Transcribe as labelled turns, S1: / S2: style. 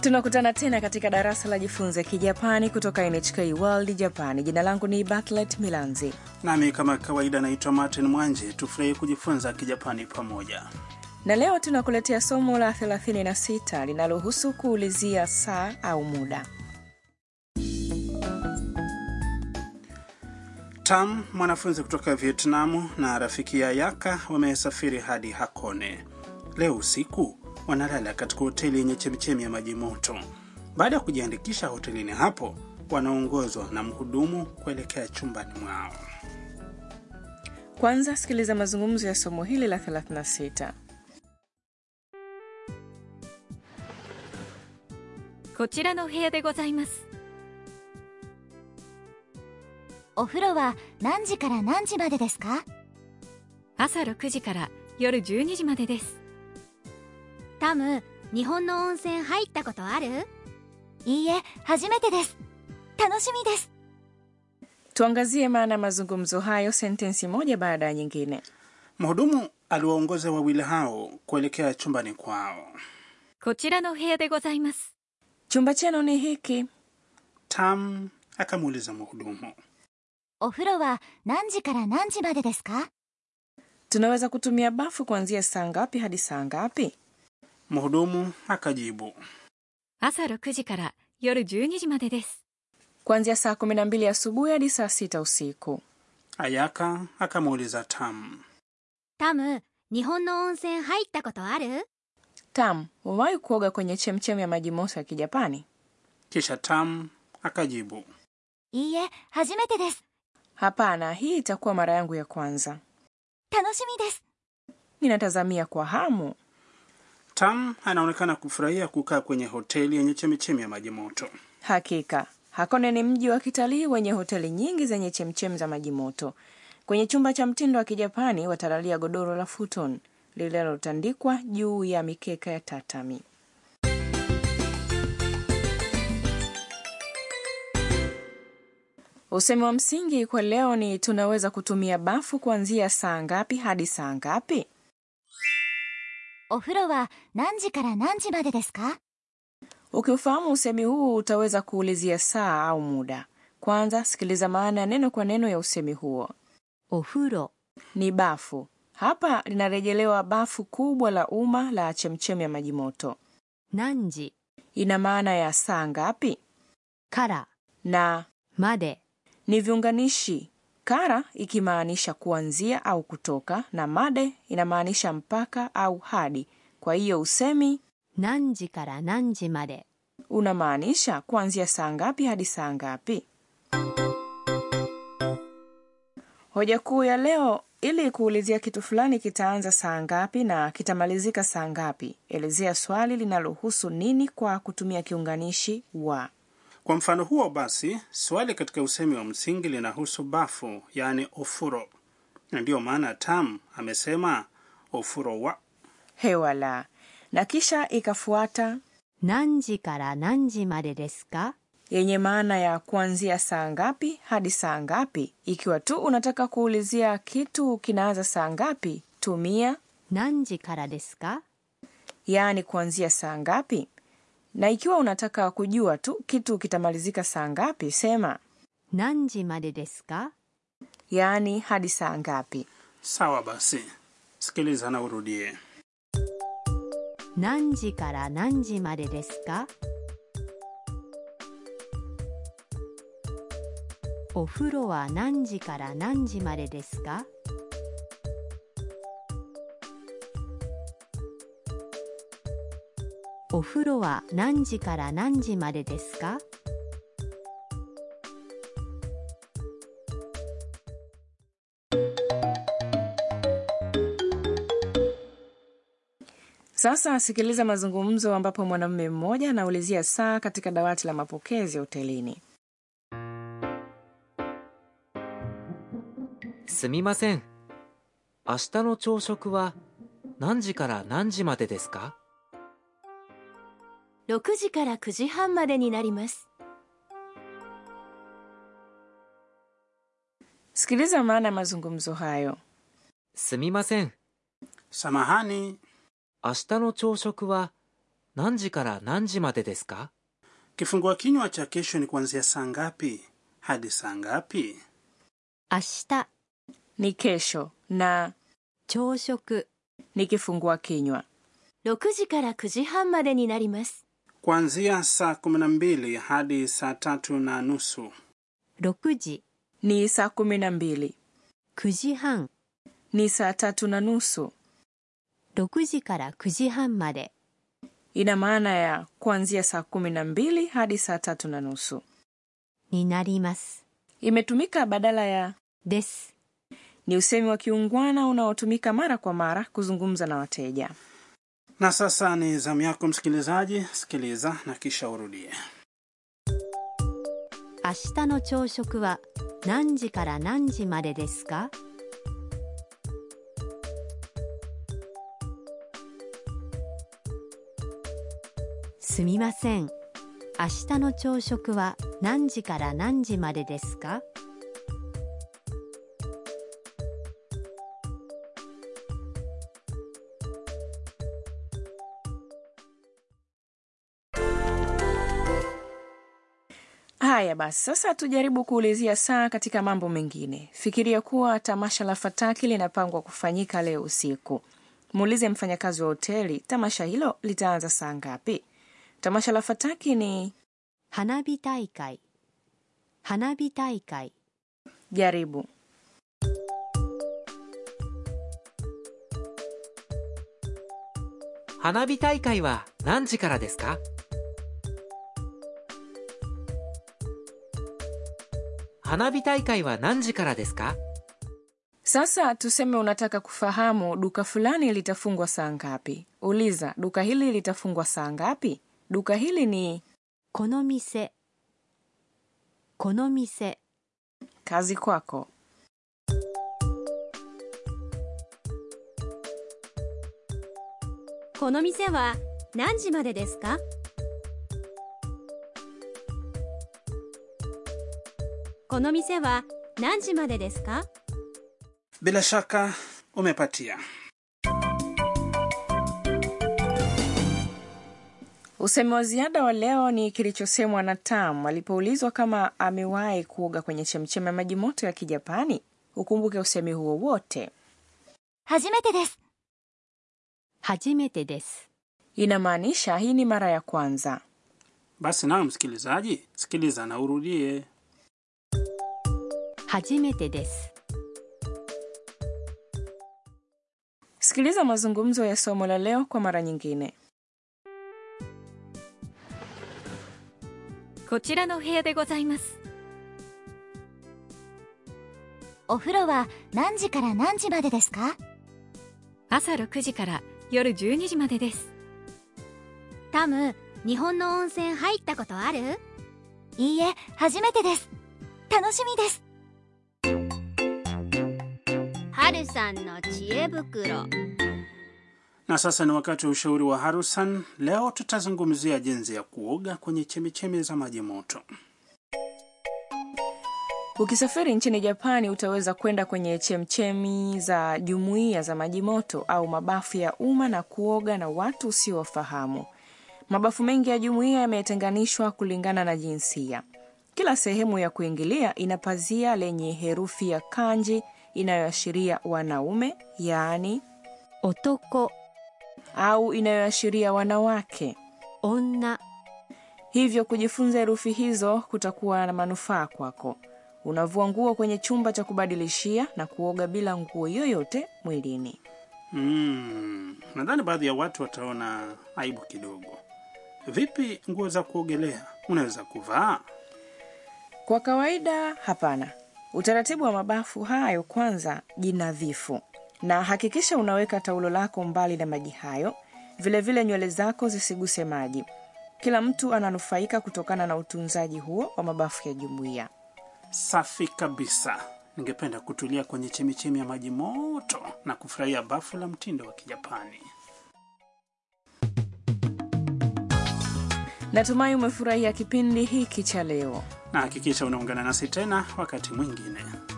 S1: tunakutana tena katika darasa la jifunze kijapani kutoka nhk world japan jina langu ni batlet milanzi
S2: nami kama kawaida naitwa martin mwanje tufurahi kujifunza kijapani pamoja
S1: na leo tunakuletea somo la 36 linalohusu kuulizia saa au muda
S2: tam mwanafunzi kutoka vietnamu na rafiki ya yaka wamesafiri hadi hakone leo usiku wanalala katika hoteli yenye chemchemi ya maji moto baada ya kujiandikisha hotelini hapo wanaongozwa na mhudumu kuelekea chumbani mwao
S1: kwanza sikiliza mazungumzo ya somo hili la 36
S3: こちらの部屋でございます
S4: お風呂は何時から何時までですか
S3: 朝6時から夜12時までです
S4: タム日本の温泉入ったことあるいいえ初めてです楽しみです
S1: tuangazie maana ya mazungumzo hayo sentensi moja baada ya nyingine
S2: mhudumu aliwaongoza wawili hao kuelekea chumbani kwao
S3: こちらの部屋でございます
S1: chumba chenu ni hiki
S2: tam akamuuliza mhudumu
S4: お風呂は何時から何時までですか
S1: tunaweza kutumia bafu kuanzia saa ngapi hadi saa ngapi
S2: mhudumu akajibu
S3: 朝6時から夜12時までです
S1: kuanzia saa 12 asubuhi hadi saa 6 usiku
S2: ayaka akamuuliza tam
S4: タム日本の温泉入ったことある
S1: tam wawahi kuoga kwenye chemchemi ya maji moto ya kijapani
S2: kisha tam akajibu
S4: いいえ初めてです
S1: hapana hii itakuwa mara yangu ya kwanza
S4: 楽しみです
S1: ninatazamia kwa hamu
S2: tam anaonekana kufurahia kukaa kwenye hoteli yenye chemichemi ya maji moto
S1: hakika hakone ni mji wa kitalii wenye hoteli nyingi zenye chemchem za maji moto kwenye chumba cha mtindo wa kijapani watalalia godoro la futon lililotandikwa juu ya mikeka ya tatami usemi wa msingi kwa leo ni tunaweza kutumia bafu kuanzia saa ngapi hadi saa ngapi
S4: お風呂は何時から何時までですか
S1: Ukiufahamu usemi huu utaweza kuulizia saa au muda. Kwanza sikiliza maana ya neno kwa neno ya usemi huo.
S3: お風呂
S1: Ni bafu. Hapa linarejelewa bafu kubwa la umma la chemchemi ya maji moto.
S3: 何時
S1: Ina maana ya saa ngapi
S3: から
S1: na
S3: まで
S1: ni viunganishi kara ikimaanisha kuanzia au kutoka na made inamaanisha mpaka au hadi. Kwa hiyo usemi
S3: 何時から何時まで
S1: unamaanisha kuanzia saa ngapi hadi saa ngapi? Hoja kuu ya leo, ili kuulizia kitu fulani kitaanza saa ngapi na kitamalizika saa ngapi, elezea swali linalohusu nini kwa kutumia kiunganishi wa.
S2: kwa mfano huo basi swali katika usemi wa msingi linahusu bafu yaani ofuro na ndiyo maana tam amesema ofuro wa
S1: Hewala na kisha ikafuata
S3: 何時から何時までですか
S1: yenye maana ya kuanzia saa ngapi hadi saa ngapi. Ikiwa tu unataka kuulizia kitu kinaanza saa ngapi, tumia
S3: 何時からですか
S1: yaani kuanzia saa ngapi na ikiwa unataka kujua tu kitu kitamalizika saa ngapi sema
S3: 何時までですか
S1: yaani hadi saa ngapi
S2: sawa basi sikiliza na urudie
S3: 何時から何時までですかお風呂は何時から何時までですかお風呂は何時から何時までですか
S1: sasa sikiliza mazungumzo ambapo mwanamume mmoja anaulizia saa katika dawati la mapokezi hotelini
S5: すみません明日の朝食は何時から何時までですか
S4: 6時から9時半までになります
S1: sikiliza maana ya mazungumzo hayo
S5: すみません
S2: samahani
S5: 明日の朝食は何時から何時までですか
S2: Kifungua kinywa cha kesho ni kuanzia saa ngapi hadi saa ngapi?
S3: 明日
S1: ni kesho na
S3: 朝食
S1: ni kifungua kinywa
S4: 6時から9時半までになります
S2: Kuanzia saa kumi na mbili hadi saa tatu na nusu.
S3: 6時
S1: ni saa kumi na mbili
S3: 9時半
S1: ni saa tatu na nusu
S3: 6時から9時半まで
S1: ina maana ya kuanzia saa kumi na mbili hadi saa tatu na nusu
S3: になります
S1: imetumika badala ya
S3: です。
S1: ni usemi wa kiungwana unaotumika mara kwa mara kuzungumza na wateja
S2: Na sasa ni zamu yako msikilizaji, sikiliza na kisha urudie.
S3: 明日の朝食は何時から何時までですかすみません。明日の朝食は何時から何時までですか
S1: haya basi sasa tujaribu kuulizia saa katika mambo mengine fikiria kuwa tamasha la fataki linapangwa kufanyika leo usiku muulize mfanyakazi wa hoteli tamasha hilo litaanza saa ngapi tamasha la fataki ni
S3: 花火大会花火大会
S1: jaribu
S5: 花火大会は何時からですか花火大会は何時からですか
S1: sasa tuseme unataka kufahamu duka fulani litafungwa saa ngapi uliza duka hili litafungwa saa ngapi duka hili ni
S3: この店この店
S1: kazi kwako
S4: この店は何時までですかこの店は何時までですか
S2: Bila shaka umepatia.
S1: Usemi wa ziada wa leo ni kilichosemwa na Tam alipoulizwa kama amewahi kuoga kwenye chemchemi ya maji moto ya Kijapani. Ukumbuke usemi huo wote,
S4: 初めてです
S3: 初めてです。
S1: inamaanisha hii ni mara ya kwanza.
S2: Basi nawe msikilizaji, sikiliza na urudie.
S3: 初めてです。
S1: Sikiliza mazungumzo ya somo la leo kwa mara nyingine.
S4: こちらの部屋でございますお風呂は何時から何時までですか朝6時から夜12時までですタム日本の温泉入ったことあるいいえ初めてです楽しみですハルさんの知恵袋
S2: Na sasa ni wakati wa ushauri wa Harusan. Leo tutazungumzia jinsi ya kuoga kwenye chemichemi za maji moto.
S1: Ukisafiri nchini Japani utaweza kwenda kwenye chemchemi za jumuiya za maji moto au mabafu ya umma na kuoga na watu usiowafahamu. Mabafu mengi ya jumuiya yametenganishwa kulingana na jinsia. Kila sehemu ya kuingilia ina pazia lenye herufi ya kanji inayoashiria wanaume, yaani
S3: 男
S1: au inayoashiria wanawake.
S3: 女
S1: Hivyo kujifunza herufi hizo kutakuwa na manufaa kwako. Unavua nguo kwenye chumba cha kubadilishia na kuoga bila nguo yoyote mwilini.
S2: Mm, nadhani baadhi ya watu wataona aibu kidogo. Vipi nguo za kuogelea unaweza kuvaa?
S1: Kwa kawaida, hapana. Utaratibu wa mabafu hayo, kwanza jinadhifu, na hakikisha unaweka taulo lako mbali na maji hayo. Vilevile vile nywele zako zisiguse maji. Kila mtu ananufaika kutokana na utunzaji huo wa mabafu ya jumuiya.
S2: Safi kabisa. Ningependa kutulia kwenye chemichemi ya maji moto na kufurahia bafu la mtindo wa Kijapani.
S1: Natumai umefurahia kipindi hiki cha leo.
S2: Na hakikisha unaungana nasi tena wakati mwingine.